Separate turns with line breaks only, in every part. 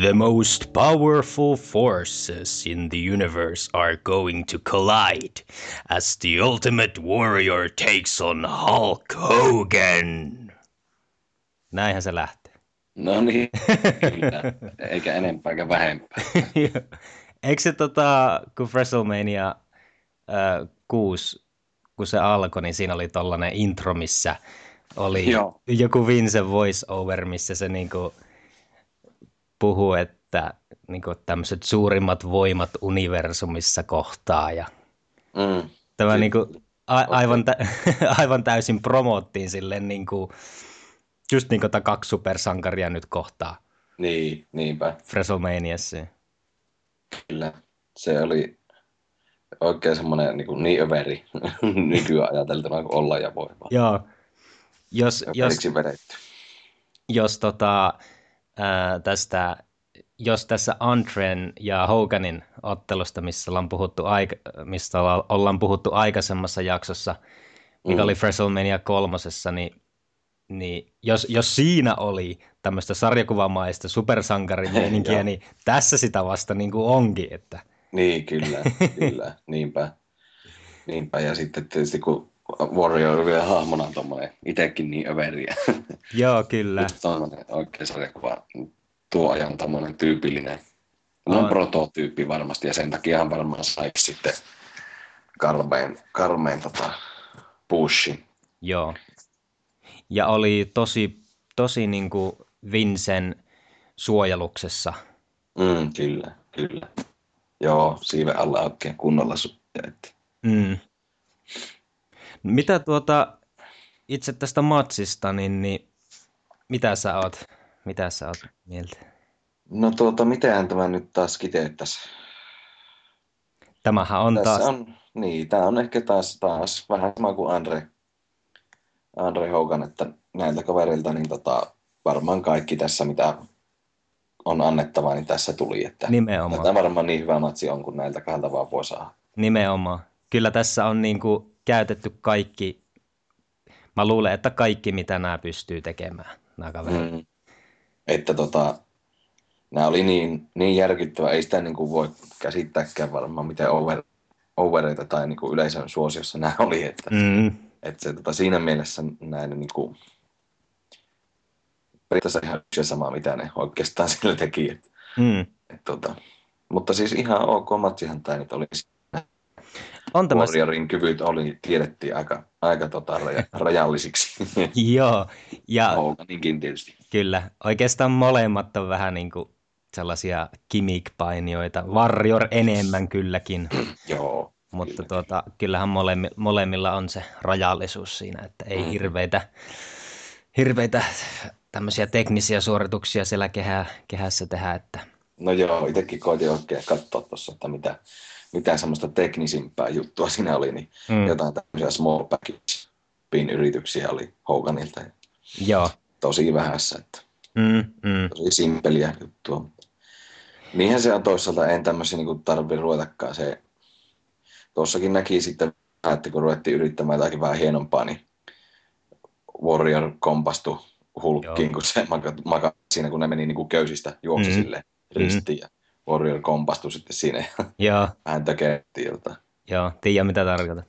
The most powerful forces in the universe are going to collide as The Ultimate Warrior takes on Hulk Hogan. Näinhän se lähtee.
No niin, kyllä. Eikä enempää eikä vähempää.
Eikö se tota, kun WrestleMania äh, 6, kun se alkoi, niin siinä oli tollainen intro, missä oli
Joo.
joku Vince voiceover, missä se niinku puhuu, että niinku tämmöiset suurimmat voimat universumissa kohtaa. Ja
Mm.
tämä
Kyllä.
niinku, a- aivan, tä- aivan, täysin promottiin sille niinku, just niinku tää kaksi supersankaria nyt kohtaa
Niin, niinpä,
WrestleManiassa.
kyllä. Se oli oikein semmoinen niin, kuin, niin överi nykyään ajateltuna kuin olla ja voi vaan.
Joo. Jos, jos,
Överiksi vedetty.
jos, tota, ää, tästä, jos tässä Andren ja Hoganin ottelusta, missä ollaan puhuttu, aika, mistä olla- ollaan puhuttu aikaisemmassa jaksossa, mikä
Mm.
oli WrestleMania kolmosessa, niin, niin jos, jos siinä oli tämmöistä sarjakuvamaista supersankarimeininkiä,
Joo.
niin tässä sitä vasta niin kuin onkin. Että,
Niin, kyllä, kyllä, niinpä. Niinpä, ja sitten tietysti kun Warrior on vielä hahmona tuommoinen itsekin niin överiä.
joo, kyllä.
Tuommoinen oikein sarjakuva, tuo ajan tuommoinen tyypillinen. No
On.
on prototyyppi varmasti, ja sen takia hän varmaan sai sitten karmeen, karmeen tota, pushin.
Joo. Ja oli tosi, tosi niin kuin Vincen suojeluksessa.
Mm, kyllä, kyllä. Joo, siive alla oikein kunnolla. Su- että
Mm. Mitä tuota, itse tästä matsista, niin, niin mitä sä oot, mitä sä oot mieltä?
No tuota, mitähän tämä nyt taas kiteyttäisi?
Tämähän on
Tässä
taas,
on, niin, tämä on ehkä taas, taas vähän sama kuin Andre, Andre Hogan, että näiltä kavereilta niin tota, varmaan kaikki tässä, mitä on annettavaa, niin tässä tuli. Että
nimenomaan,
tämä varmaan niin hyvä matsi on, kun näiltä kahdelta vaan voi saada.
nimenomaan. Kyllä tässä on niin kuin käytetty kaikki, mä luulen, että kaikki mitä nämä pystyy tekemään, nämä kaverit.
Mm. Että tota, nämä oli niin, niin järkyttävä, ei sitä niin kuin voi käsittääkään varmaan, miten over, overeita tai niin kuin yleisön suosiossa nämä oli. Että
Mm.
Et se, tota, siinä mielessä näin niin kuin, periaatteessa ihan yksi ja sama, mitä ne oikeastaan sillä teki. Et,
Mm.
et, tota. Mutta siis ihan ok matsihan tämä nyt oli. Siis
On tämä,
Warriorin kyvyt oli, tiedettiin aika, aika tota, raja, rajallisiksi.
joo, ja
Oh. Hoganinkin tietysti.
Kyllä, oikeastaan molemmat on vähän niin kuin sellaisia gimmick-painijoita. Warrior enemmän kylläkin,
Joo.
mutta
Kyllä.
tuota, kyllähän molemmi, molemmilla on se rajallisuus siinä, että ei
Mm.
hirveitä, hirveitä tämmöisiä teknisiä suorituksia siellä kehä, kehässä tehdä. Että,
No joo, itsekin koitin oikein katsoa tuossa, että mitä, mitä semmoista teknisimpää juttua siinä oli, niin
mm,
jotain tämmöisiä small package pin yrityksiä oli Hoganilta ja
joo,
tosi vähässä. Että.
mm, mm,
tosi simpeliä juttua. mutta Niinhän se on toisaalta, en tämmöisiä niin tarvi ruvetakaan. Se, tuossakin näki sitten, vähän, että kun ruvettiin yrittämään jotakin vähän hienompaa, niin Warrior kompastui hulkkiin,
Joo.
kun se maka, maka, siinä, kun ne meni niin kuin köysistä juoksi
Mhm.
mm. sille ristiin. Ja Warrior kompastui sitten siinä ja
joo,
vähän tökettiin jotain.
joo, tiedä mitä tarkoitan.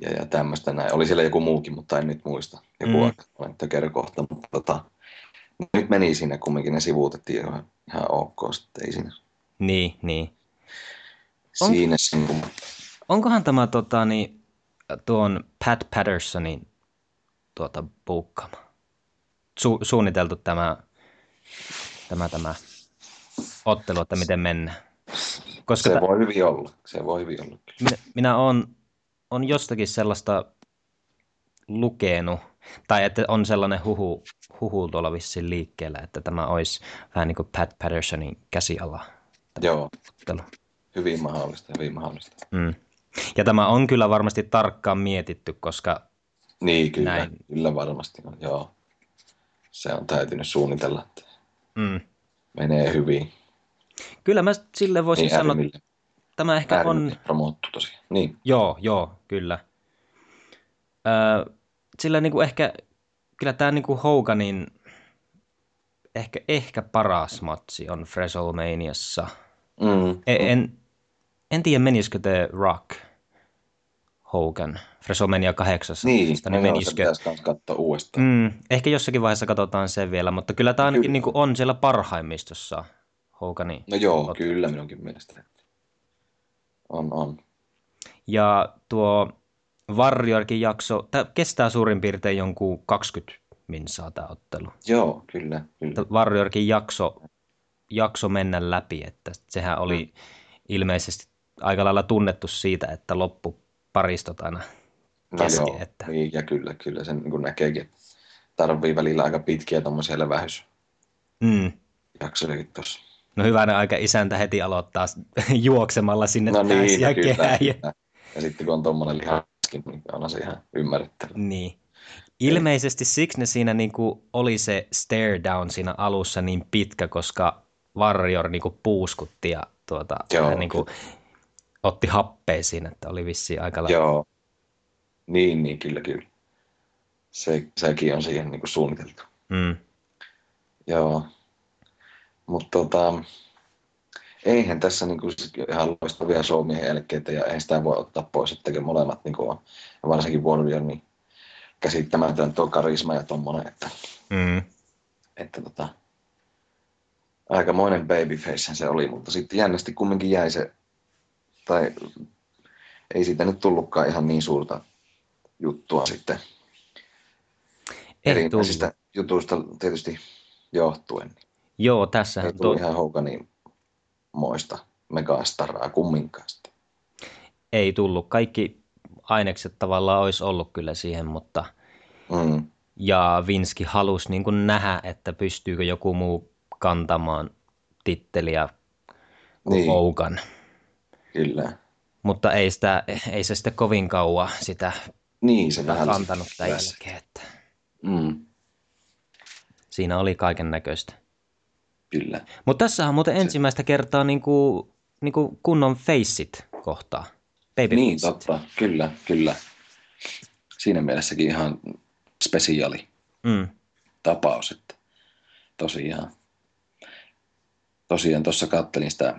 Ja, ja tämmöistä näin. Oli siellä joku muukin, mutta en nyt muista. Joku
Mm.
mm. aika tökerö kohta, mutta tota, nyt meni siinä kumminkin, ne sivuutettiin ihan, ihan ok, sitten ei siinä
Niin, niin. On-
siinä sen kun...
Onkohan tämä tota, niin, tuon Pat Pattersonin tuota, buukkama? Su- suunniteltu tämä, tämä, tämä ottelu, että miten mennään. Koska
Se
tä-
voi hyvin olla. Se voi hyvin olla. kyllä.
minä, minä olen on jostakin sellaista lukenut, tai että on sellainen huhu, huhu tuolla vissiin liikkeellä, että tämä olisi vähän niin kuin Pat Pattersonin käsiala
Joo,
ottelu.
hyvin mahdollista, hyvin mahdollista.
Mm. Ja tämä on kyllä varmasti tarkkaan mietitty, koska
Niin, kyllä.
Näin.
Kyllä varmasti on, joo. Se on täytynyt suunnitella, että
mm,
menee hyvin.
Kyllä mä sille voisin
Niin
niin sanoa,
äärimmille,
että tämä ehkä on...
äärimmille promottu tosiaan. Niin,
Joo, joo, kyllä. Öö, sillä niinku ehkä, kyllä tämä niinku Hoganin ehkä, ehkä paras matsi on WrestleManiassa.
Mm.
En, en, en tiedä, menisikö The Rock Hogan WrestleMania 8.
Niin,
Sitä,
no
niin
joo, se
menisikö.
pitäisi myös katsoa uudestaan.
Mm, ehkä jossakin vaiheessa katsotaan se vielä, mutta kyllä tämä ainakin
Kyllä.
niin kuin on siellä parhaimmistossa Hogani.
No joo,
Ot-
kyllä minunkin mielestä. On, on.
Ja tuo Warriorkin jakso, tämä kestää suurin piirtein jonkun 20 minsaa tämä ottelu.
Joo, kyllä, kyllä.
Tää Warriorkin jakso, jakso mennä läpi, että sehän
Mm.
oli ilmeisesti aika lailla tunnettu siitä, että loppu paristot aina kesken,
No joo,
että-
niin, ja kyllä, kyllä sen niin näkeekin. että Tarvii välillä aika pitkiä tuommoisia levähysjaksojakin
mm.
tuossa.
No hyvänä aika isäntä heti aloittaa s- juoksemalla sinne
No niin,
täysiä
kyllä.
kehään. Ja...
kyllä. Ja sitten kun on tuommoinen lihaskin, niin onhan se ihan ymmärrettävä.
Niin. Ilmeisesti siksi ne siinä niinku oli se stare down siinä alussa niin pitkä, koska Warrior niinku puuskutti ja tuota,
Joo.
hän niinku otti happea siinä, että oli vissiin aika lailla.
Joo. Niin, niin, kyllä, kyllä. Se, sekin on siihen niin kuin suunniteltu.
Mm.
Joo. Mutta tota, eihän tässä niinku sit ihan loistavia showmiehen jälkeitä ja eihän sitä voi ottaa pois, että kyllä molemmat niinku on, ja varsinkin Warrior, niin käsittämätön tuo karisma ja tommonen, että,
Mm.
että tota, aikamoinen babyface se oli, mutta sitten jännästi kumminkin jäi se, tai ei siitä nyt tullutkaan ihan niin suurta juttua sitten
Ei tullut.
erinäisistä jutuista tietysti johtuen.
Joo, tässähän
Ei tullut
tuo,
ihan Hoganin moista megastaraa kumminkaan sitten.
ei tullut. Kaikki ainekset tavallaan olisi ollut kyllä siihen, mutta
Mm.
ja Vinski halusi niin kuin nähdä, että pystyykö joku muu kantamaan titteliä kuin
Niin, oh.
Hogan.
kyllä.
Mutta ei, sitä, ei se sitten kovin kauan sitä
Niin, se vähän...
antanut tämän
Yes.
jälkeen. Että
Mm,
siinä oli kaiken näköistä.
kyllä.
Mutta tässä on muuten ensimmäistä kertaa niin kuin, niin kuin kunnon faceit kohtaa. Baby
Niin, totta. Kyllä, kyllä. Siinä mielessäkin ihan spesiaali
Mm.
tapaus, että tosiaan. Tosiaan tuossa kattelin sitä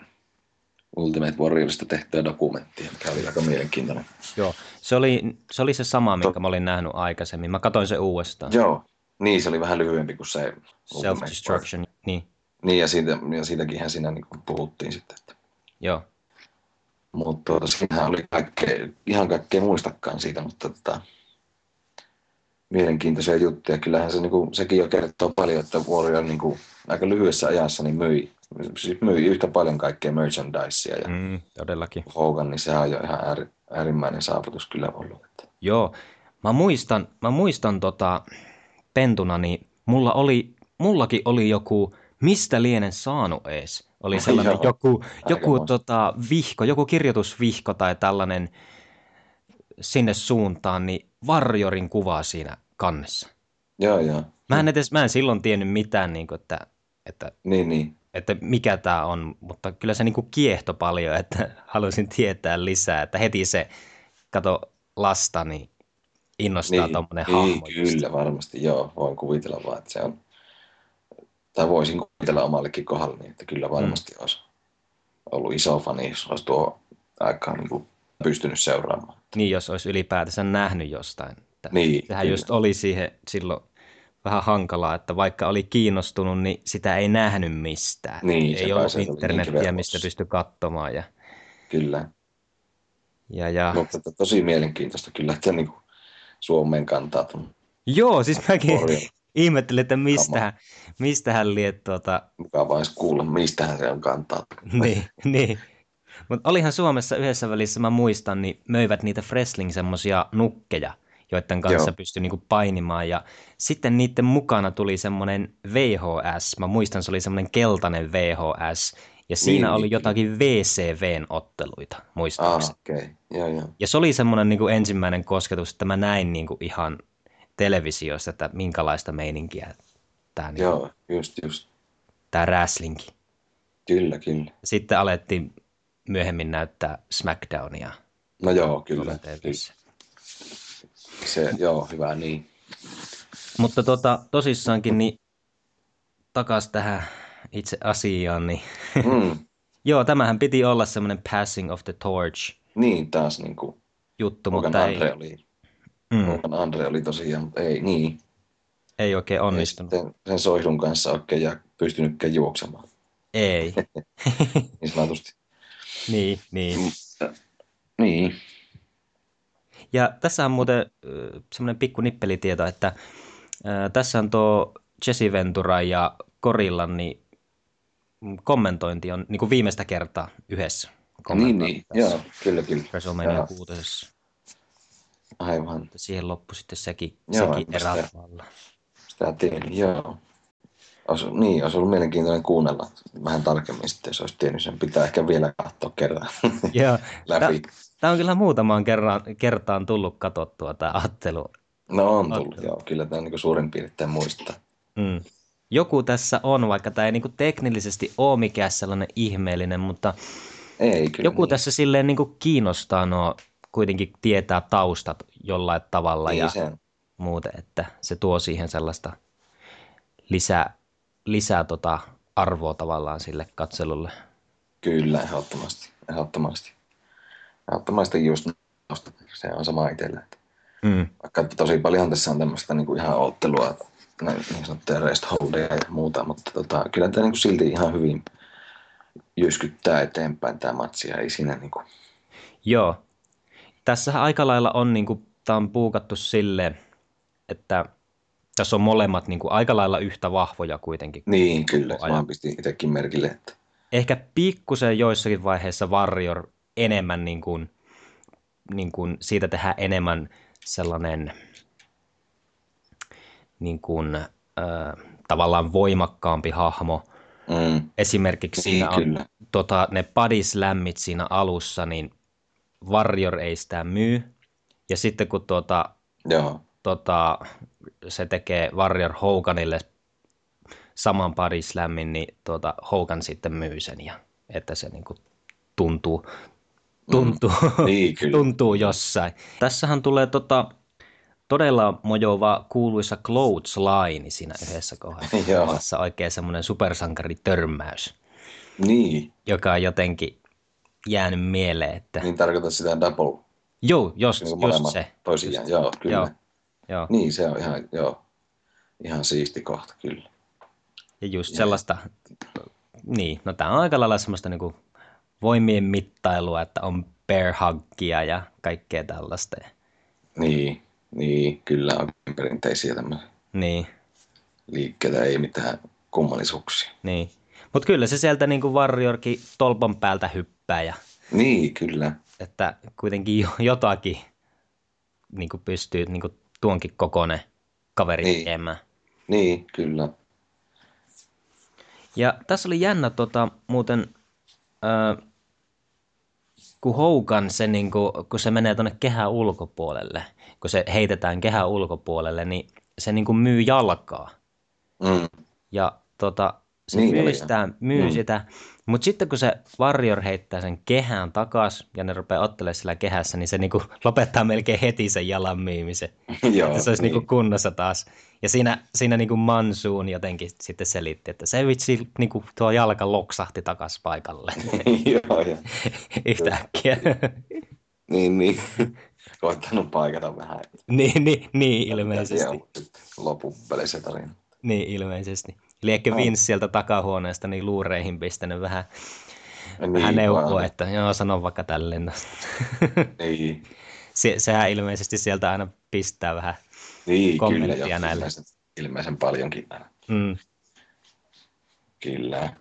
Ultimate Warriorista tehtyä dokumenttia, mikä oli aika mielenkiintoinen.
Joo, se oli, se oli se sama, minkä mä olin nähnyt aikaisemmin. Mä katsoin se uudestaan.
Joo, niin se oli vähän lyhyempi kuin se Ultimate Warrior.
Self-destruction, niin,
Niin, ja, siitä, ja siitäkinhän siinä niin puhuttiin sitten. Että.
joo.
Mutta tuota, siinähän oli kaikkea, ihan kaikkea muistakaan siitä, mutta tota, mielenkiintoisia juttuja. Kyllähän se, niin kuin, sekin jo kertoo paljon, että Warrior niin kuin, aika lyhyessä ajassa niin myi, siis myi yhtä paljon kaikkea merchandisea. Ja mm.
Mm, todellakin.
Hogan, niin sehän on jo ihan äär, äärimmäinen saavutus kyllä ollut. Että.
Joo, mä muistan, mä muistan tota, pentuna, niin mulla oli, mullakin oli joku, mistä lienen saanut ees. Oli sellainen
Joo.
joku, joku
Aikamoista.
tota, vihko, joku kirjoitusvihko tai tällainen sinne suuntaan, niin varjorin kuva siinä kannessa.
Joo, joo.
Mä en, edes, mä en silloin tiennyt mitään, niin kuin, että, että,
Niin, niin.
että mikä tämä on, mutta kyllä se niin kuin kiehto paljon, että halusin tietää lisää, että heti se, kato lasta, niin innostaa niin,
Niin,
tuommoinen
niin
hahmo. just.
kyllä, varmasti. Joo, voin kuvitella vaan, että se on... Tai voisin kuvitella omallekin kohdalle, niin että kyllä varmasti mm. olisi ollut iso fani, jos olisi tuo aikaan niin kuin pystynyt seuraamaan.
Niin, jos olisi ylipäätänsä nähnyt jostain. Että
Niin,
Sehän
kyllä.
just oli siihen silloin vähän hankalaa, että vaikka oli kiinnostunut, niin sitä ei nähnyt mistään.
Niin,
ei
sepä
ollut
se oli
internetiä,
niinkin
mistä
verkossa.
pystyi katsomaan. Ja,
Kyllä.
ja, ja...
Mutta että tosi mielenkiintoista kyllä, että niin kuin Suomeen kantaa tuon
Joo, siis mäkin
Orjan.
ihmettelin, että mistähän, mistähän lie tuota,
mukavaa edes kuulla, mistähän se on kantaa.
niin, niin. Mutta olihan Suomessa yhdessä välissä, mä muistan, niin möivät niitä Fresling semmosia nukkeja, joiden kanssa Joo.
Joo.
pystyi niinku painimaan. Ja sitten niiden mukana tuli semmoinen VHS, mä muistan se oli semmoinen keltainen VHS, ja siinä
Niin,
oli
niin,
jotakin VCVn otteluita,
Ah,
muistaakseni.
okei. Okay. Joo, joo.
Ja se oli semmoinen niinku ensimmäinen kosketus, että mä näin niinku ihan televisiosta, että minkälaista meininkiä tämä niinku,
Joo, just, just.
tää wrestlingi.
Kyllä, kyllä.
Sitten alettiin myöhemmin näyttää Smackdownia
No joo, kyllä.
Suomen TV:ssä.
Se, joo, hyvä, niin.
Mutta tota, tosissaankin, niin takaisin tähän itse asiaan, niin
Mm,
joo, tämähän piti olla semmoinen passing of the torch
niin taas niin kuin
juttu,
Logan
mutta ei,
Andre oli,
mm,
Logan Andre oli tosiaan, mutta ei niin.
ei oikein
Ei
onnistunut.
sitten sen soihdun kanssa oikein ja pystynytkään juoksemaan,
Ei,
niin sanotusti.
niin, niin.
Niin.
Ja tässä on muuten semmoinen pikku nippelitieto, että ö, tässä on tuo Jesse Ventura ja Korillan niin mm, kommentointi on niin kuin viimeistä kertaa yhdessä.
Niin,
kommentoitu
niin.
tässä
Joo, kyllä, kyllä.
WrestleMania
Joo.
kuutosessa.
Aivan.
Mutta siihen loppui sitten sekin,
Joo,
sekin
en
erä
sitä-
tavallaan.
Sitä tiedin, joo. Olisi, niin, olisi ollut mielenkiintoinen kuunnella vähän tarkemmin sitten, jos olisi tiennyt sen. Pitää ehkä vielä katsoa kerran
Joo,
läpi.
tämä on kyllä muutamaan kerran, kertaan tullut tuota katsottua tämä ottelu.
No on tullut, joo. Kyllä tämä niin suurin piirtein muistaa.
Mm. Joku tässä on, vaikka tämä ei niinku teknillisesti ole mikään sellainen ihmeellinen, mutta
Ei kyllä.
Joku
niin.
tässä silleen niin kiinnostaa no kuitenkin tietää taustat jollain tavalla
niin,
ja
sen.
muuten, että se tuo siihen sellaista lisää, lisää tota arvoa tavallaan sille katselulle.
Kyllä, ehdottomasti. Ehdottomasti. Ehdottomasti just nosta. se on sama itsellä. Että
Mm.
vaikka tosi paljon tässä on tämmöistä niin ihan ottelua, näin niin sanottuja rest holdeja ja muuta, mutta tota, kyllä tämä niin silti ihan hyvin jyskyttää eteenpäin tämä matsi ja ei siinä niin kuin,
Joo. Tässähän aika lailla on, niin kuin, tämä on puukattu silleen, että tässä on molemmat niin kuin, aika lailla yhtä vahvoja kuitenkin.
niin kyllä,
Koko ajan.
mä pistin itsekin merkille, että
ehkä pikkusen joissakin vaiheissa Warrior enemmän niin kuin, niin kuin siitä tehdään enemmän sellainen niin kuin, äh, tavallaan voimakkaampi hahmo.
mm,
Esimerkiksi
niin
siinä on
kyllä,
tota, ne padislämmit siinä alussa, niin Warrior ei sitä myy. Ja sitten kun tuota,
joo,
tota, se tekee Warrior Hoganille saman parislämmin, niin tuota, Hogan sitten myy sen ja että se niinku tuntuu, tuntuu,
niin kyllä,
tuntuu jossain. Tässähän tulee tota, todella mojova kuuluisa clothesline siinä yhdessä
Joo.
kohdassa. oikein semmoinen supersankaritörmäys,
niin,
joka on jotenkin jäänyt mieleen, että
niin tarkoitat sitä double,
joo, just,
niin
just
kuin molemmat
se.
toisiaan, joo, kyllä,
Joo. Joo.
niin se on ihan, joo, ihan siisti kohta, kyllä,
Ja just
Ja-
sellaista, niin, no tämä on aika lailla semmoista niinku voimien mittailua, että on bear huggia ja kaikkea tällaista.
niin, niin, kyllä on perinteisiä tämmöisiä
Niin,
liikkeitä, ei mitään kummallisuuksia.
niin. Mutta kyllä se sieltä niinku Warriorkin tolpan päältä hyppää ja
Niin, kyllä.
että kuitenkin jo- jotakin niinku pystyy niinku tuonkin kokoinen kaveri
Niin.
tekemään.
Niin, kyllä.
Ja tässä oli jännä tota, muuten, äh, kun Hogan se, niin kun, kun se menee tuonne kehän ulkopuolelle, kun se heitetään kehän ulkopuolelle, niin se niin myy jalkaa.
Mm,
Ja tota, se
Niin,
niin,
joo,
myy,
joo.
sitä, myy
Mm.
mm. sitä. Mutta sitten kun se Warrior heittää sen kehään takas ja ne rupeaa ottelemaan sillä kehässä, niin se niin lopettaa melkein heti sen jalan myymisen.
joo,
Että se olisi
niin.
niin. niinku kunnossa taas. Ja siinä, siinä niinku Mansuun jotenkin sitten selitti, että se vitsi niinku tuo jalka loksahti takas paikalle
niin. joo, joo.
yhtäkkiä.
Niin, niin. Koittanut paikata vähän.
niin, niin, niin ilmeisesti.
Lopun välissä tarina.
Niin ilmeisesti. Eli ehkä Vince sieltä takahuoneesta niin luureihin pistänyt vähän,
Niin,
vähän neuvoa,
vaan.
että joo, sanon vaikka tälleen. No.
Niin,
Se, sehän ilmeisesti sieltä aina pistää vähän.
niin kyllä.
Kommenttia
joo,
näille.
Ilmeisen, ilmeisen paljonkin aina.
Mm,
Kyllä.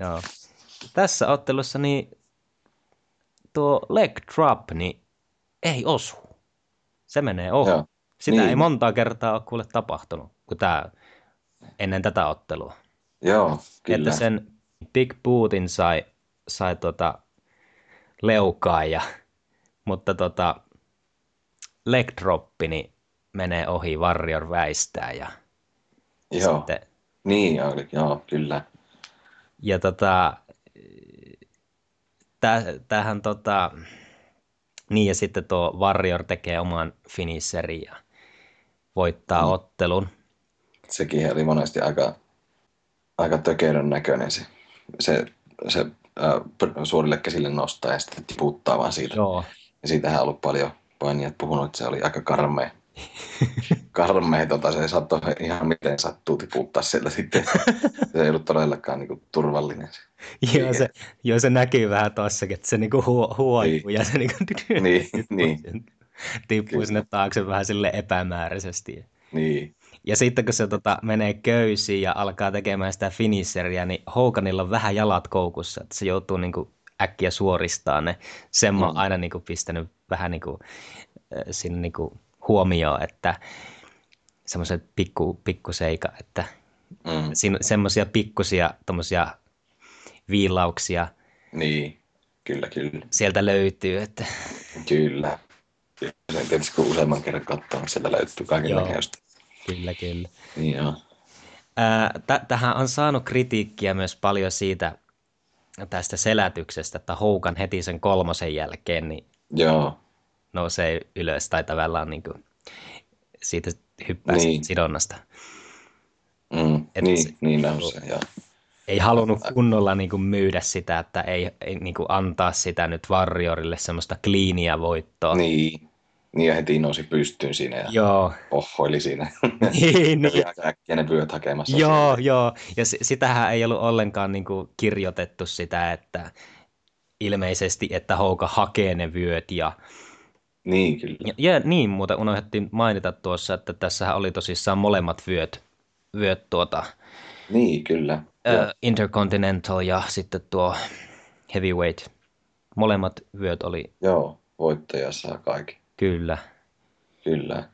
joo. Tässä ottelussa niin tuo leg drop niin ei osu. Se menee ohi.
Joo.
Sitä
Niin.
niin. ei montaa kertaa ole kuule tapahtunut, kun tää, ennen tätä ottelua.
Joo, kyllä.
Että sen Big Bootin sai, sai tota leukaan, ja, mutta tota, leg droppi niin menee ohi, Warrior väistää ja,
joo.
sitten,
Niin, oli, joo, kyllä.
ja tota, täh, tähän tota, niin ja sitten tuo Warrior tekee oman finisherin ja voittaa ottelun.
Sekin oli monesti aika aika tökerön näköinen se, se, se äh, suorille käsille nostaa ja sitten tiputtaa vaan siitä.
Joo.
Ja siitähän on ollut paljon painijat puhunut, että se oli aika karmea. karmea, tota, se saattoi ihan miten sattuu tiputtaa sieltä sitten. se ei ollut todellakaan niin kuin, turvallinen. Se.
Joo, se, joo, se näkyy vähän tossakin, että se niinku huo, huojuu ja se niinku
Niin, niin,
tippuu
Kyllä.
sinne taakse vähän sille epämääräisesti.
niin.
Ja sitten kun se tota, menee köysiin ja alkaa tekemään sitä finisseriä, niin Hoganilla on vähän jalat koukussa, että se joutuu niinku äkkiä suoristaa ne. Sen mä oon
Mm.
aina niinku pistänyt vähän niinku, äh, sinne niinku huomioon, että semmoisen pikku, pikkuseika, että
Mm,
siinä semmoisia pikkusia tommosia viilauksia
niin, kyllä, kyllä.
sieltä löytyy, että
Kyllä. Kyllä Sen tietysti kun useamman kerran katsoo, niin sieltä löytyy kaiken
Joo.
näköistä.
kyllä kyllä.
Niin joo.
Ää, tä- Tähän on saanut kritiikkiä myös paljon siitä tästä selätyksestä, että Houkan heti sen kolmosen jälkeen niin
Joo,
nousee ylös tai tavallaan niin kuin siitä hyppää niin.
Niin.
siitä sidonnasta.
mm,
Et
niin,
se-
niin on se, joo.
Ei halunnut kunnolla niin kuin myydä sitä, että ei, ei niin kuin antaa sitä nyt Warriorille semmoista kliiniä voittoa.
Niin. Niin ja heti nousi pystyyn siinä ja
Joo,
pohhoili siinä.
niin,
Niin.
niin.
aika äkkiä ne vyöt hakemassa.
Joo, joo. Ja si- sitähän ei ollut ollenkaan niin kuin kirjoitettu sitä, että ilmeisesti, että Houka hakee ne vyöt. Ja,
Niin kyllä.
ja, ja niin, muuten unohdettiin mainita tuossa, että tässähän oli tosissaan molemmat vyöt, vyöt tuota,
Niin kyllä. Joo.
ö, Intercontinental ja sitten tuo Heavyweight. Molemmat vyöt oli
joo, voittaja saa kaikki.
kyllä.
Kyllä.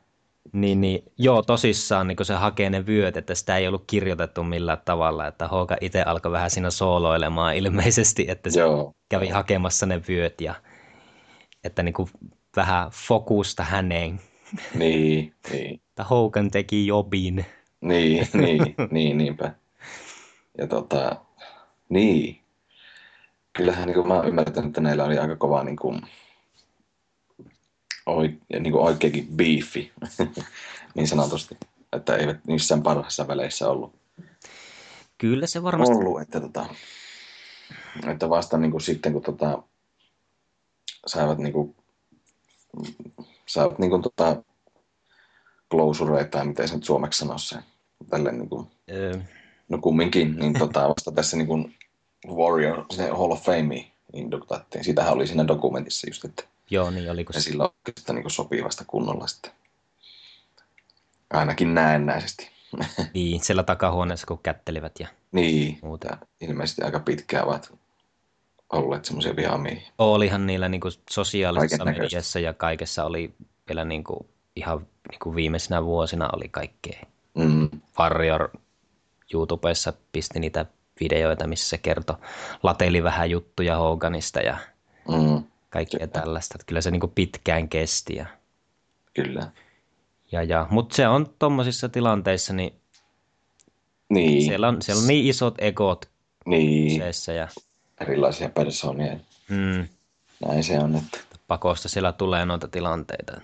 Niin, niin, joo, tosissaan niin kun se hakee ne vyöt, että sitä ei ollut kirjoitettu millään tavalla, että Hoka itse alkoi vähän siinä sooloilemaan ilmeisesti, että se
Joo,
kävi hakemassa ne vyöt ja että niin kuin vähän fokusta häneen.
niin, niin,
Että Hogan teki jobin.
niin, niin, niin, niinpä. Ja tota, niin. Kyllähän niin kuin mä oon ymmärtänyt, että näillä oli aika kova niin kuin, oi, niin kuin oikeakin biifi, niin sanotusti. Että eivät missään parhaissa väleissä ollut.
Kyllä se varmasti.
ollut, että, tota, että vasta niin kuin sitten kun tota, saivat, niin kuin, saivat niin kuin, tota, klausureita, tai miten se nyt suomeksi sanoisi se, tälle niin kuin,
Öö,
no kumminkin, niin tota, vasta tässä niin kuin Warrior, se Hall of Fame induktaattiin. Sitähän oli siinä dokumentissa just, että
joo, niin oliko
ja
se.
sillä oikeastaan niin kuin sopii vasta kunnolla sitten. Ainakin näennäisesti.
Niin, siellä takahuoneessa kun kättelivät ja
Niin,
muuta.
ja ilmeisesti aika pitkään ovat olleet semmoisia vihamiehiä.
Olihan niillä niin kuin sosiaalisessa
Kaikennäköistä.
mediassa ja kaikessa oli vielä niin kuin, ihan niin kuin viimeisinä vuosina oli kaikkea.
Mm,
Warrior YouTubessa pisti niitä videoita, missä se kertoi, lateli vähän juttuja Hoganista ja
mm,
kaikkea
Kyllä.
tällaista. Että kyllä se niin kuin pitkään kesti. Ja,
kyllä.
ja, ja. Mutta se on tuommoisissa tilanteissa, niin
Niin,
siellä on, siellä on niin isot ekot
niin
kyseessä ja
erilaisia persoonia.
mm,
Näin se on, että
pakosta siellä tulee noita tilanteita.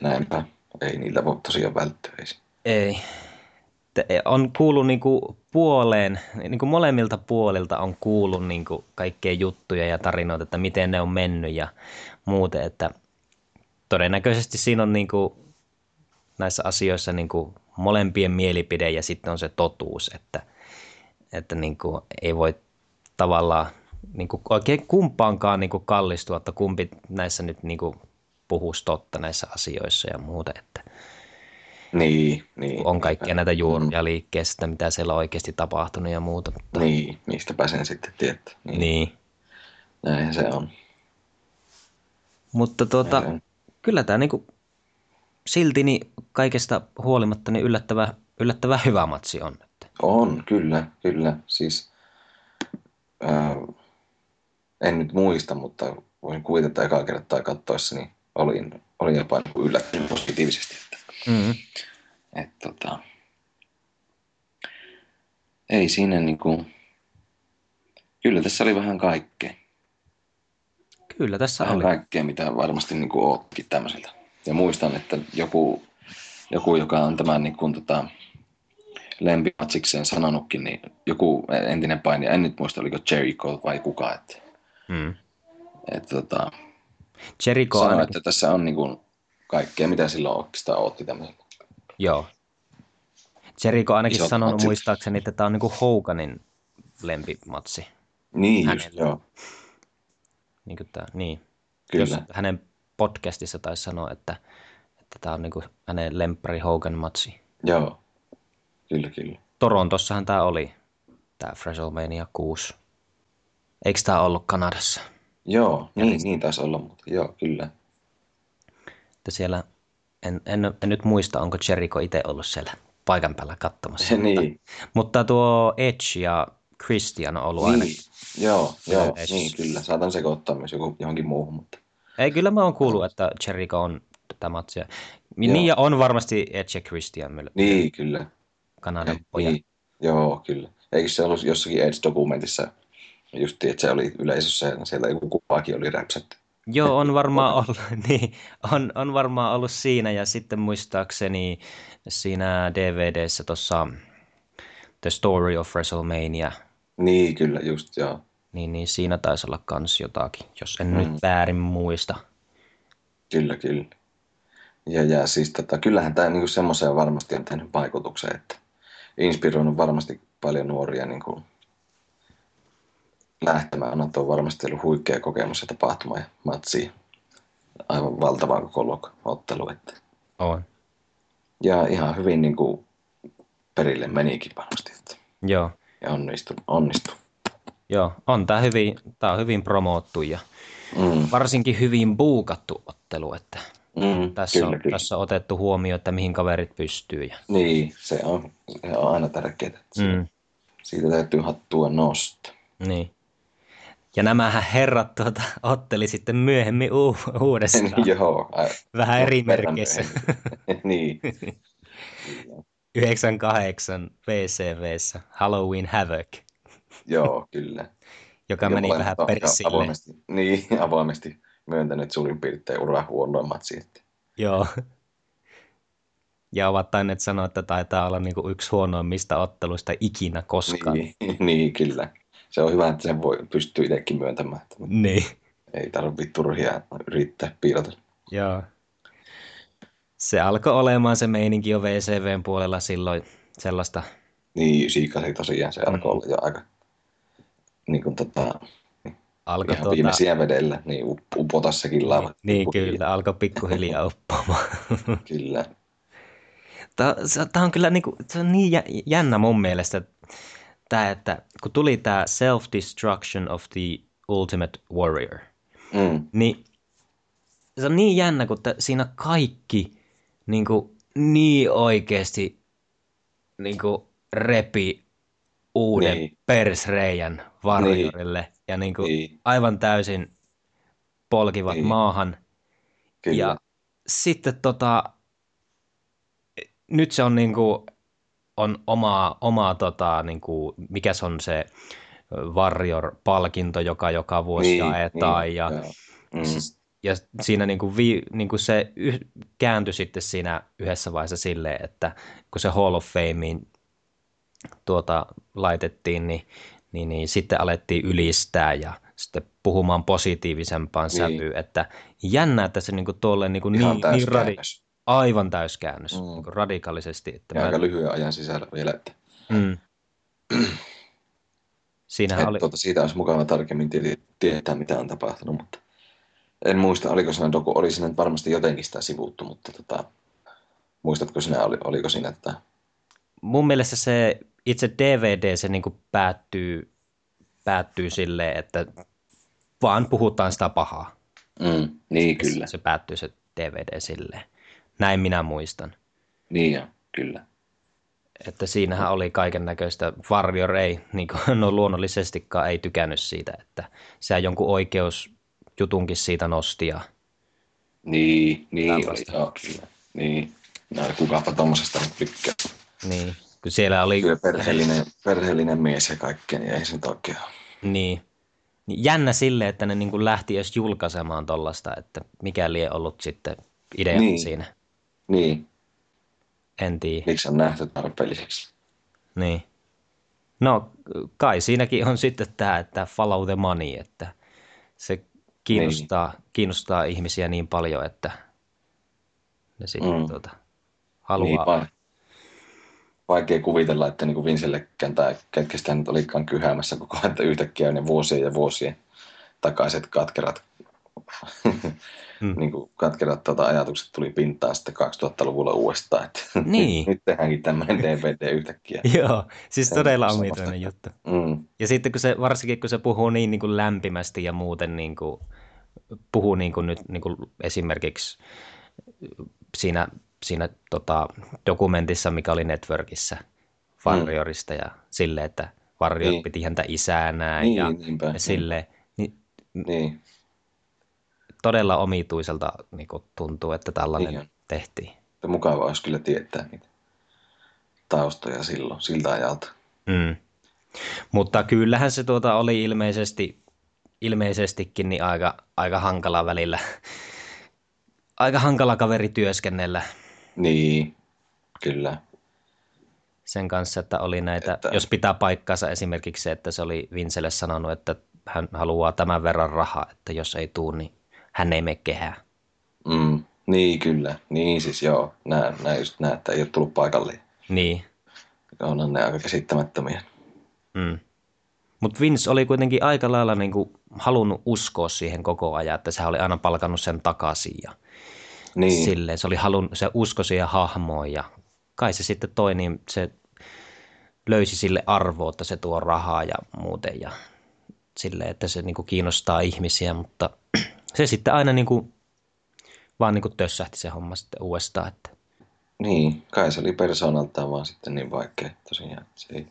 näinpä. Ei niiltä voi tosiaan välttyä. Ei. se.
Ei. Te- e, On kuullut niinku puoleen, niinku molemmilta puolilta on kuullut niinku kaikkea juttuja ja tarinoita, että miten ne on mennyt ja muuten, että todennäköisesti siinä on niinku näissä asioissa niinku molempien mielipide ja sitten on se totuus, että, että niinku ei voi tavallaan niinku oikein kumpaankaan niinku kallistua, että kumpi näissä nyt niinku puhuisi totta näissä asioissa ja muuten, että
Niin, niin.
on kaikkia näitä juuria liikkeestä, mitä siellä on oikeasti tapahtunut ja muuta. Mutta...
Niin, niistäpä sen sitten tietää. Niin, niin.
Niin.
Näinhän se on.
Mutta tuota,
Näin.
kyllä tämä niinku, silti niin kaikesta huolimatta niin yllättävä, yllättävä hyvä matsi on. Että
On, kyllä, kyllä. Siis ää, en nyt muista, mutta voin kuitata ekaa kertaa katsoessa, niin olin, olin jopa niinku yllättynyt positiivisesti. Että,
Mm.
et, tota, ei siinä niinku, kyllä tässä oli vähän kaikkea.
Kyllä tässä
Vähän
oli.
kaikkea, mitä varmasti niinku ootkin tämmöiseltä. Ja muistan, että joku, joku joka on tämän niinku, tota, lempimatsikseen sanonutkin, niin joku entinen painija, en nyt muista oliko Jericho vai kuka, että,
Mm.
että tota,
Jericho on
sanoi,
ainakin,
että tässä on niin kuin kaikkea, mitä silloin oikeastaan otti tämmöisen.
joo. Jericho ainakin
Isot
sanonut
matsit.
muistaakseni, että tämä on niinku Hoganin lempimatsi.
Niin just,
Hänellä.
joo,
Niin, kuin tää, niin. Jos
kyllä.
hänen podcastissa taisi sanoa, että että tämä on niinku hänen lemppari Hogan matsi.
Joo, kyllä, kyllä.
Torontossahan tämä oli, tämä WrestleMania 6. Eikö tämä ollut Kanadassa?
Joo, niin, niin taisi olla, mutta joo, kyllä.
Että siellä, en, en, en nyt muista, onko Jericho itse ollut siellä paikan päällä katsomassa.
niin,
Mutta tuo Edge ja Christian on ollut aina.
niin, joo, joo,
Ainakin.
niin, kyllä. Saatan sekoittaa myös joku, johonkin muuhun, mutta
Ei, kyllä mä oon kuullut, että Jericho on tätä matsia. Joo.
Joo.
Niin ja on varmasti Edge ja Christian myös
niin, kyllä.
Kanadan pojat.
Niin, joo, kyllä. Eikö se ollut jossakin AIDS-dokumentissa, just että se oli yleisössä ja siellä joku kuvaakin oli räpsätty.
Joo, on varmaan ollut, niin, on, on varmaan ollut siinä ja sitten muistaakseni siinä DVDssä tuossa The Story of WrestleMania,
Niin, kyllä, just joo.
niin, niin siinä taisi olla kans jotakin, jos en mm.
Mm.
nyt väärin muista.
Kyllä, kyllä. Ja, ja siis tota, kyllähän tämä niinku semmoiseen varmasti on tehnyt vaikutuksen, että inspiroinut varmasti paljon nuoria niinku, lähtemään. On tuo varmasti ollut huikea kokemus ja tapahtuma ja matsi. Aivan valtava koko luok- ottelu. Että.
On.
Ja ihan hyvin niinku, perille menikin varmasti. Että.
Joo,
Ja onnistu, onnistu.
joo on tämä hyvin, tää on hyvin promoottu ja
Mm,
varsinkin hyvin buukattu ottelu, että
mm,
tässä,
kyllä,
on,
kyllä.
tässä on otettu huomioon, että mihin kaverit pystyy. Ja,
Niin, se on, se on aina tärkeää. että
mm,
Siitä täytyy hattua nostaa.
niin. Ja nämähän herrat tuota, otteli sitten myöhemmin u- uudestaan.
Niin, Joo, ai-
Vähän eri
verran
merkeissä.
myöhemmin. niin,
98 VCVssä Halloween Havoc,
joo, kyllä.
joka meni
Jollain
vähän
ta-
persille.
Avoimesti, niin, avoimesti myöntänyt suurin piirtein uraa huonoa matsi. Että.
Joo. Ja ovat tainneet sanoa, että taitaa olla niinku yksi huonoimmista otteluista ikinä koskaan.
Niin, niin, kyllä. Se on hyvä, että sen voi, pystyy itsekin myöntämään. Että
niin.
ei tarvitse turhia yrittää piilotella.
Joo. Se alkoi olemaan se meininki jo VCVn puolella silloin sellaista.
Niin, 98 tosiaan
Mm.
se alkoi olla jo aika niin kuin, tota,
Alkoi
ihan tuota... viimeisiä vedellä, niin up- upota sekin laiva.
niin kyllä, alkoi pikkuhiljaa uppoamaan.
Kyllä.
Tämä on kyllä niinku, se on niin jä- jännä mun mielestä, tää, että kun tuli tämä Self-Destruction of the Ultimate Warrior,
Mm,
niin se on niin jännä, kun tä- siinä kaikki niinku, niin oikeasti niinku, repi uuden niin.
Niin.
persreijän varjorille niin. ja niinku, niin.
niin,
aivan täysin polkivat niin.
Niin.
maahan
kyllä.
ja sitten tota, nyt se on niinku, on omaa, omaa tota, niinku, mikä se on se Warrior-palkinto, joka joka vuosi niin, jaetaan. Niin, ja,
joo. Mm,
ja siinä niinku vi, niinku se yh, kääntyi sitten siinä yhdessä vaiheessa silleen, että kun se Hall of Fameen tuota, laitettiin, niin, niin, niin sitten alettiin ylistää ja sitten puhumaan positiivisempaan niin.
Niin.
sävyyn, että jännä, että se niinku tuolle niinku
ihan
niin, niin
täyskäännös.
radi, aivan täyskäännös mm.
Mm.
niin radikaalisesti. Että
Ja
mä,
aika lyhyen ajan sisällä vielä. Että,
mm. Siinähän
et,
oli,
tuota, siitä olisi mukava tarkemmin tieti- tietää, mitä on tapahtunut, mutta en muista, oliko siinä doku, oli siinä nyt varmasti jotenkin sitä sivuttu, mutta tota, muistatko sinä, oli, oliko siinä tätä?
mun mielestä se itse DVD, se niinku päättyy, päättyy silleen, että vaan puhutaan sitä pahaa.
Mm, niin, kyllä.
Se päättyy se DVD silleen. Näin minä muistan.
Niin ja, kyllä.
Että siinähän oli kaiken näköistä. Warrior ei, niin kuin, no luonnollisestikaan ei tykännyt siitä, että sehän jonkun oikeusjutunkin siitä nosti ja
Niin, niin oli,
Tällaista.
joo, kyllä. Niin. No, kukapa tommosesta nyt tykkää.
niin. Kun siellä oli...
Kyllä perheellinen, perheellinen mies ja kaikkea, niin ei se nyt oikein ole.
Niin. Niin Jännä sille, että ne niin lähti edes julkaisemaan tollasta, että mikä lie ollut sitten idea niin.
Niin.
siinä.
Niin,
En tiedä.
miksi on nähty tarpeelliseksi.
Niin. No kai siinäkin on sitten tämä, että follow the money, että se kiinnostaa, niin. kiinnostaa ihmisiä niin paljon, että ne sitten mm. tuota, haluaa.
Niin, vaikea kuvitella, että niin kuin Vincellekään tai ketkä sitä nyt olikaan kyhäämässä koko ajan, että yhtäkkiä ne vuosien ja vuosien takaiset katkerat,
Hmm.
mm. niin kuin katkerat tota, ajatukset tuli pintaan sitten 2000-luvulla uudestaan. Että
Niin.
nyt, nyt tehdäänkin tämmöinen DVD yhtäkkiä.
Joo, siis
Se
todella
on niinku
omituinen
semmoista.
juttu.
Mm,
Ja sitten kun se, varsinkin kun se puhuu niin, niin kuin lämpimästi ja muuten niin kuin, puhuu niin kuin nyt niin kuin esimerkiksi siinä, siinä tota, dokumentissa, mikä oli Networkissa, Warriorista ja sille, että Warrior
Mm. Niin.
piti häntä isänään
niin,
ja,
niinpä.
ja silleen. Niin
Niin,
todella omituiselta niin kuin tuntuu, että tällainen
Niin on.
tehtiin.
että mukava olisi kyllä tietää niitä taustoja silloin, siltä ajalta.
Mm. Mutta kyllähän se tuota oli ilmeisesti, ilmeisestikin niin aika, aika hankala välillä. Aika hankala kaveri työskennellä
Niin, kyllä.
sen kanssa, että oli näitä, että...
Että-
jos pitää paikkaansa esimerkiksi se, että se oli Vincelle sanonut, että hän haluaa tämän verran rahaa, että jos ei tuu, niin hän ei mene kehään.
Mm, niin, kyllä. Niin siis joo, nää, nää just nää, että ei ole tullut paikalle.
Niin.
Onhan ne aika käsittämättömiä.
Mm. Mutta Vince oli kuitenkin aika lailla niinku halunnut uskoa siihen koko ajan, että sehän oli aina palkannut sen takaisin ja
Niin, Sillä.
silleen, se oli halunnut, se uskoi siihen hahmoon ja kai se sitten toi, niin se löysi sille arvoa, että se tuo rahaa ja muuten ja sille, että se niinku kiinnostaa ihmisiä, mutta se sitten aina niinku, vaan niinku tössähti se homma sitten uudestaan, että
niin, kai se oli persoonaltaan vaan sitten niin vaikea tosiaan. että Se ei,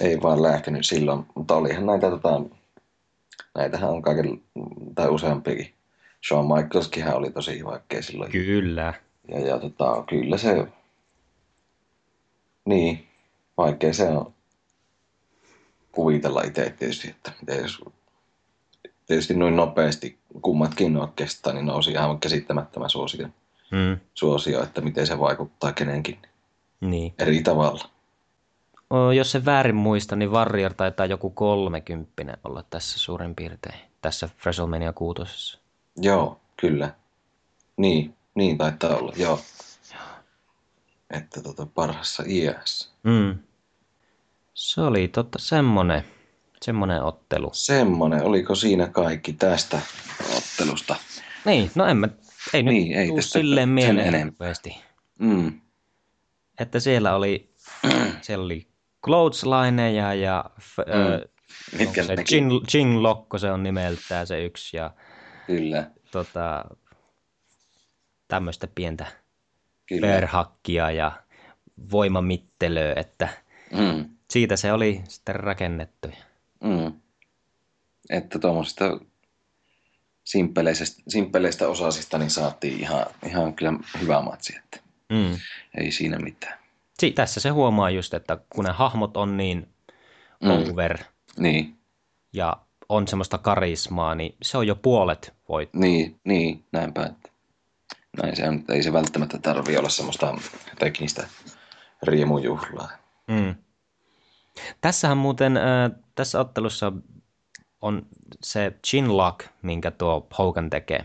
ei vaan lähtenyt silloin, mutta olihan näitä tota, näitähän on kaiken, tai useampikin. Shawn Michaelskinhän oli tosi vaikea silloin.
kyllä,
Ja, ja tota, kyllä se, niin, vaikea se on kuvitella itse tietysti, että miten jos, tietysti noin nopeasti kummatkin oikeastaan, niin nousi ihan käsittämättömän suosio,
mm,
suosio, että miten se vaikuttaa kenenkin
niin.
eri tavalla.
O, jos se väärin muista, niin Warrior taitaa joku kolmekymppinen olla tässä suurin piirtein, tässä WrestleMania kuutosessa.
Joo, kyllä. Niin, niin taitaa olla, joo. Että tota, parhassa iässä.
Mm. Se oli totta, semmonen, semmonen ottelu.
Semmonen, oliko siinä kaikki tästä ottelusta?
Niin, no en mä, ei nyt
Niin, ei
tuu
tästä
silleen
sen
mieleen
enempää.
nopeasti.
Mm,
Että siellä oli, siellä oli Clotheslineja ja f, mm.
mitkä
se
nekin?
Jing, Jing Lokko se on nimeltään se yksi ja
Kyllä,
tota, tämmöistä pientä
kyllä.
perhakkia ja voimamittelöä, että
Mm,
siitä se oli sitten rakennettu.
mm. Että tuommoisista simppeleistä, simppeleistä osasista niin saatiin ihan, ihan kyllä hyvä matsi, että
Mm.
ei siinä mitään.
Si- tässä se huomaa just, että kun ne hahmot on niin
Mm.
over
Niin,
ja on semmoista karismaa, niin se on jo puolet voit.
niin, niin näinpä. Että. Näin se on, että ei se välttämättä tarvi olla semmoista teknistä riemujuhlaa.
Mm. Tässähän muuten, äh, tässä ottelussa on se chin lock, minkä tuo Hogan tekee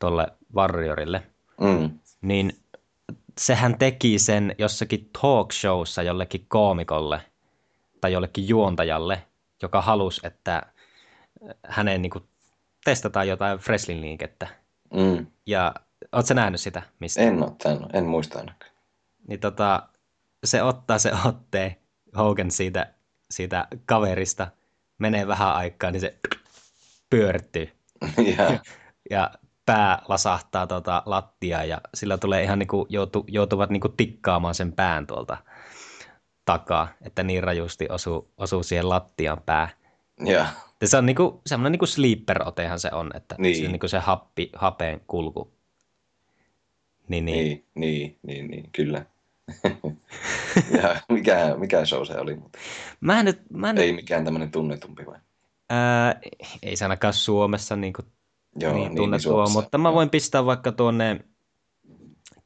tuolle Warriorille,
Mm,
niin sehän teki sen jossakin talk showssa jollekin koomikolle tai jollekin juontajalle, joka halusi, että hänen niin kuin, testataan jotain Freslin liikettä.
mm.
Ja oot sä nähnyt sitä mistä?
En, ole tämän, en muista ainakaan.
Niin tota, se ottaa se otteen Hogan siitä, siitä kaverista, menee vähän aikaa, niin se pyörtyy
ja,
ja pää lasahtaa tota lattiaa ja sillä tulee ihan niinku, joutu, joutuvat niinku tikkaamaan sen pään tuolta takaa, että niin rajusti osuu, osuu siihen lattian pää.
ja,
Ja se on niinku, semmoinen niinku sleeper-otehan se on, että
Niin.
se, on niinku se happi, hapeen kulku. Niin, niin. niin.
niin, niin, niin, niin, kyllä. ja mikä, mikä show se oli, mutta
Mä en nyt, mä en nyt
ei mikään tämmöinen tunnetumpi vai?
Ää, ei se ainakaan Suomessa niin, kuin,
Joo,
niin
niin,
tunnettua,
Suomessa.
mutta mä voin pistää vaikka tuonne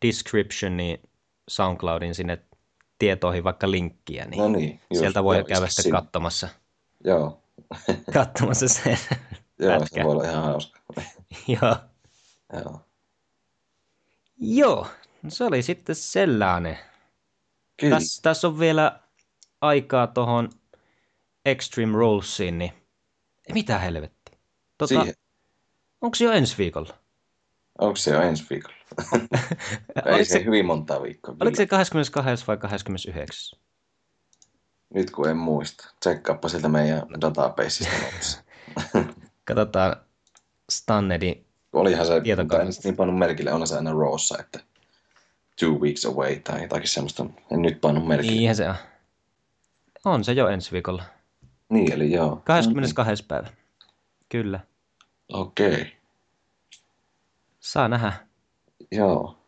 descriptioniin SoundCloudin sinne tietoihin vaikka linkkiä, niin
No niin. just,
sieltä voi
joo,
käydä
itse
sitten
siinä.
katsomassa,
Joo,
katsomassa sen.
joo
Pätkä.
se voi olla ihan hauska.
Joo.
joo.
Joo, no se oli sitten sellainen.
Kyllä,
Tässä täs on vielä aikaa tuohon Extreme Rulesiin, niin mitä helvetti. Tota,
siihen.
onko se jo ensi viikolla?
Onko se jo ensi viikolla? Ei
Oliko
se,
se,
hyvin montaa viikkoa.
oliko
kyllä.
se 22. vai 29.
Nyt kun en muista. Tsekkaappa sieltä meidän databaseista. nopeasti.
Katsotaan Stannedin.
Olihan se,
Tietokone.
mutta en nyt niin pannut merkille, on se aina Rawssa, että two weeks away tai jotakin semmoista. En nyt pannut merkille. Niin,
Niinhän se on. On se jo ensi viikolla.
niin eli joo. Mm.
22. päivä. Kyllä.
Okei, okay.
Saa nähdä.
joo.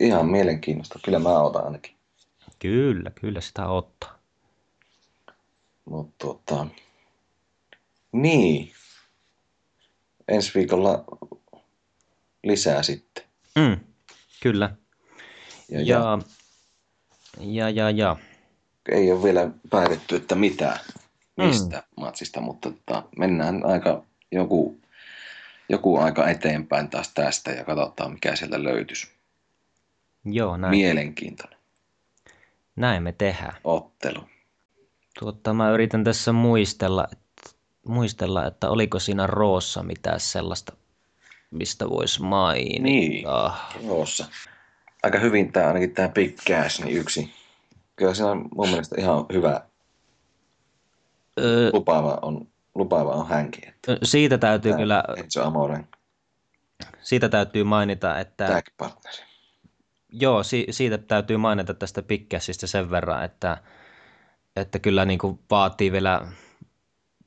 Ihan mielenkiinnosta. Kyllä mä otan ainakin.
Kyllä, kyllä sitä ottaa.
Mutta tota... Niin. Ensi viikolla lisää sitten.
Mm, kyllä.
Ja, ja. ja
Ja, ja, ja, ja.
ei ole vielä päätetty, että mitä, mistä mm. matsista, mutta tota, mennään aika joku, joku aika eteenpäin taas tästä ja katsotaan, mikä sieltä löytyisi.
Joo, näin, Mie-
Mielenkiintoinen
näin me tehdään.
ottelu.
Tuota, mä yritän tässä muistella, että, muistella, että oliko siinä Roossa mitään sellaista, mistä voisi mainita.
Niin. Roossa. Aika hyvin tämä, ainakin tämä Big Cash, niin yksi. Kyllä siinä on mun mielestä ihan hyvä,
Ö,
lupaava on, lupaava on hänkin. Että
siitä täytyy
Tää-
kyllä,
Enzo Amoren
siitä täytyy mainita, että...
tagpartneri. partneri.
Joo, si- siitä täytyy mainita tästä pikkäsistä sen verran, että, että kyllä niin kuin vaatii vielä,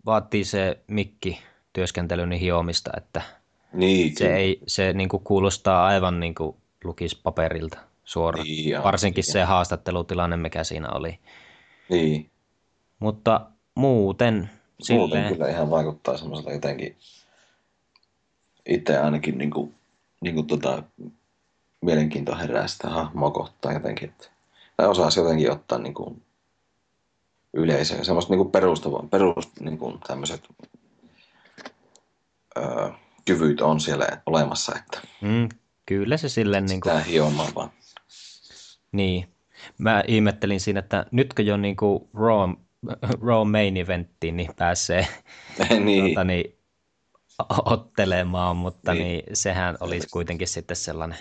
vaatii se mikki työskentelyn niin hiomista, että
Niin,
se, ei, se niin kuin kuulostaa aivan niin kuin lukisi paperilta suoraan.
Niin, ja-
Varsinkin se haastattelutilanne, mikä siinä oli.
Niin.
Mutta muuten
Muuten
silleen,
kyllä ihan vaikuttaa semmoiselta jotenkin itse ainakin niin kuin, niin kuin tota, mielenkiinto herää sitä hahmoa kohtaan jotenkin. Että, tai osaa se jotenkin ottaa niin kuin yleisöön. Semmoiset niin kuin perustavan, perus niin kuin tämmöiset öö, kyvyt on siellä olemassa, että
mm, kyllä se silleen niin kuin,
tämä hiomaan vaan.
Niin. Mä ihmettelin siinä, että nytkö jo niinku Raw, Raw main eventtiin niin pääsee
niin,
tuota, niin, o- ottelemaan, mutta
Niin.
niin. Niin, sehän olisi kuitenkin sitten sellainen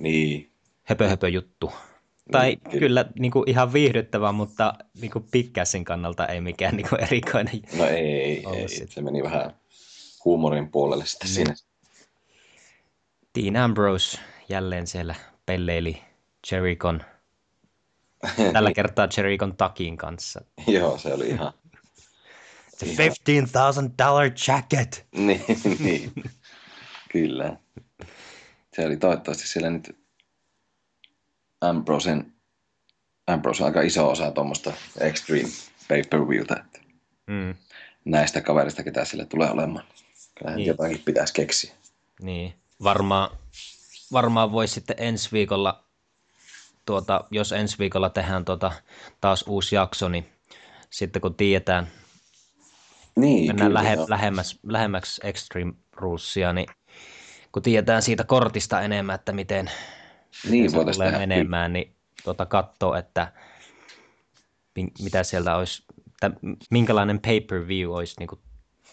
niin,
höpö, höpö juttu. Tai
kyllä.
niin, kyllä niin kuin ihan viihdyttävä, mutta niin kuin pikkäsin kannalta ei mikään niin kuin erikoinen.
no ei, ei,
Olla
ei.
sit.
se meni vähän huumorin puolelle sitten
Niin.
siinä.
Dean Ambrose jälleen siellä pelleili Jerichon, tällä kertaa Jerichon takin kanssa.
Joo, se oli ihan
The $15,000 jacket!
Niin, niin. kyllä. Se oli toivottavasti siellä nyt Ambrosen, Ambrose on aika iso osa tuommoista Extreme pay-per-viewta. että
Mm,
Näistä kaverista, ketä sillä tulee olemaan.
Niin.
Kyllähän niin. jotakin pitäisi keksiä.
niin, varmaan, varmaan voisi sitten ensi viikolla, tuota, jos ensi viikolla tehdään tuota, taas uusi jakso, niin sitten kun tietään,
Niin,
mennään lähe,
joo.
lähemmäs, lähemmäksi Extreme Rulesia, niin kun tietään siitä kortista enemmän, että miten
niin
se
voitaisiin
tulee
tehdä. Menemään.
menemään, niin tuota, katsoo, että min- mitä sieltä olisi, että minkälainen pay-per-view olisi niin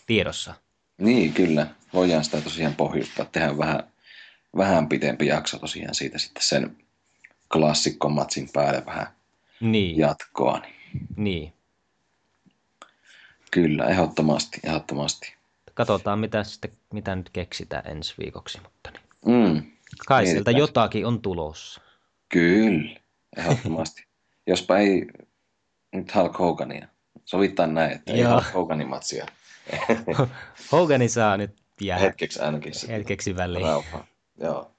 tiedossa.
Niin, kyllä. Voidaan sitä tosiaan pohjustaa. Tehdään vähän, vähän pitempi jakso tosiaan siitä sitten sen klassikkomatsin päälle vähän
Niin, ja.
jatkoa. Niin.
niin.
Kyllä, ehdottomasti, ehdottomasti.
Katsotaan, mitä, sitten, mitä nyt keksitään ensi viikoksi, mutta niin.
Mm.
Kai
Mietitään
sieltä
sitä.
jotakin on tulossa.
Kyllä, ehdottomasti. Jospa ei nyt Hulk Hogania. Sovitaan näin, että ei
Joo.
Hulk Hoganin matsia
Hogani saa nyt jäädä
hetkeksi ainakin sitten
hetkeksi väliin.
rauhaan. Joo,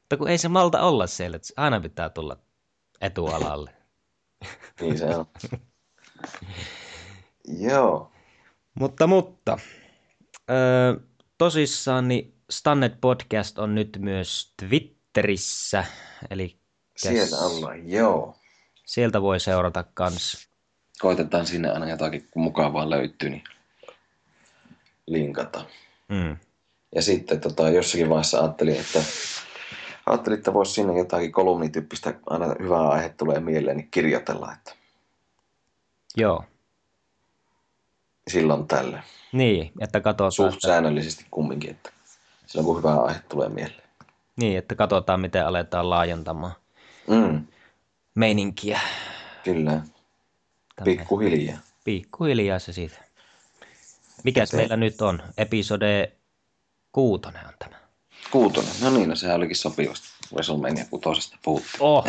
Mutta kun ei se malta olla siellä, että aina pitää tulla etualalle.
niin se on. Joo,
mutta, mutta. Öö, tosissaan, niin Stannet Podcast on nyt myös Twitterissä, eli
Siellä ollaan, joo.
Sieltä voi seurata kans.
Koitetaan sinne aina jotakin, kun mukavaa löytyy, niin linkata.
Mm.
Ja sitten tota, jossakin vaiheessa ajattelin, että ajattelin, että voisi sinne jotakin kolumnityyppistä, aina hyvä aihe tulee mieleen, niin kirjoitella, että
Joo,
silloin tälle.
niin, että katsotaan,
Suht
että,
säännöllisesti kumminkin, että silloin kun hyvä aihe tulee mieleen.
niin, että katsotaan miten aletaan laajentamaan
Mm,
meininkiä.
kyllä,
Tänne.
pikkuhiljaa.
Pikkuhiljaa se siitä. Mikäs
Että-
meillä nyt on? Episode kuutonen on tämä.
Kuutonen, no niin, no sehän olikin sopivasti. WrestleMania kutosesta puhuttiin.
Oho,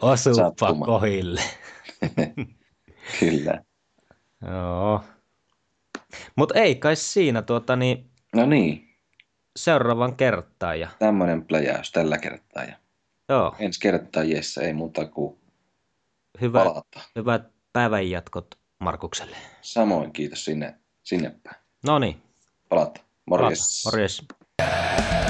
osuppa
Sattuma.
kohille.
Kyllä.
Joo. Mutta ei kai siinä tuota, niin
No niin,
seuraavan kertaan ja
tämmöinen pläjäys tällä kertaa. Ja
joo,
ensi kertaa Jesse, ei muuta kuin
hyvä,
palata.
hyvät päivänjatkot Markukselle.
Samoin kiitos sinne, sinne päin.
No niin,
Palata. Morjes.
morjes.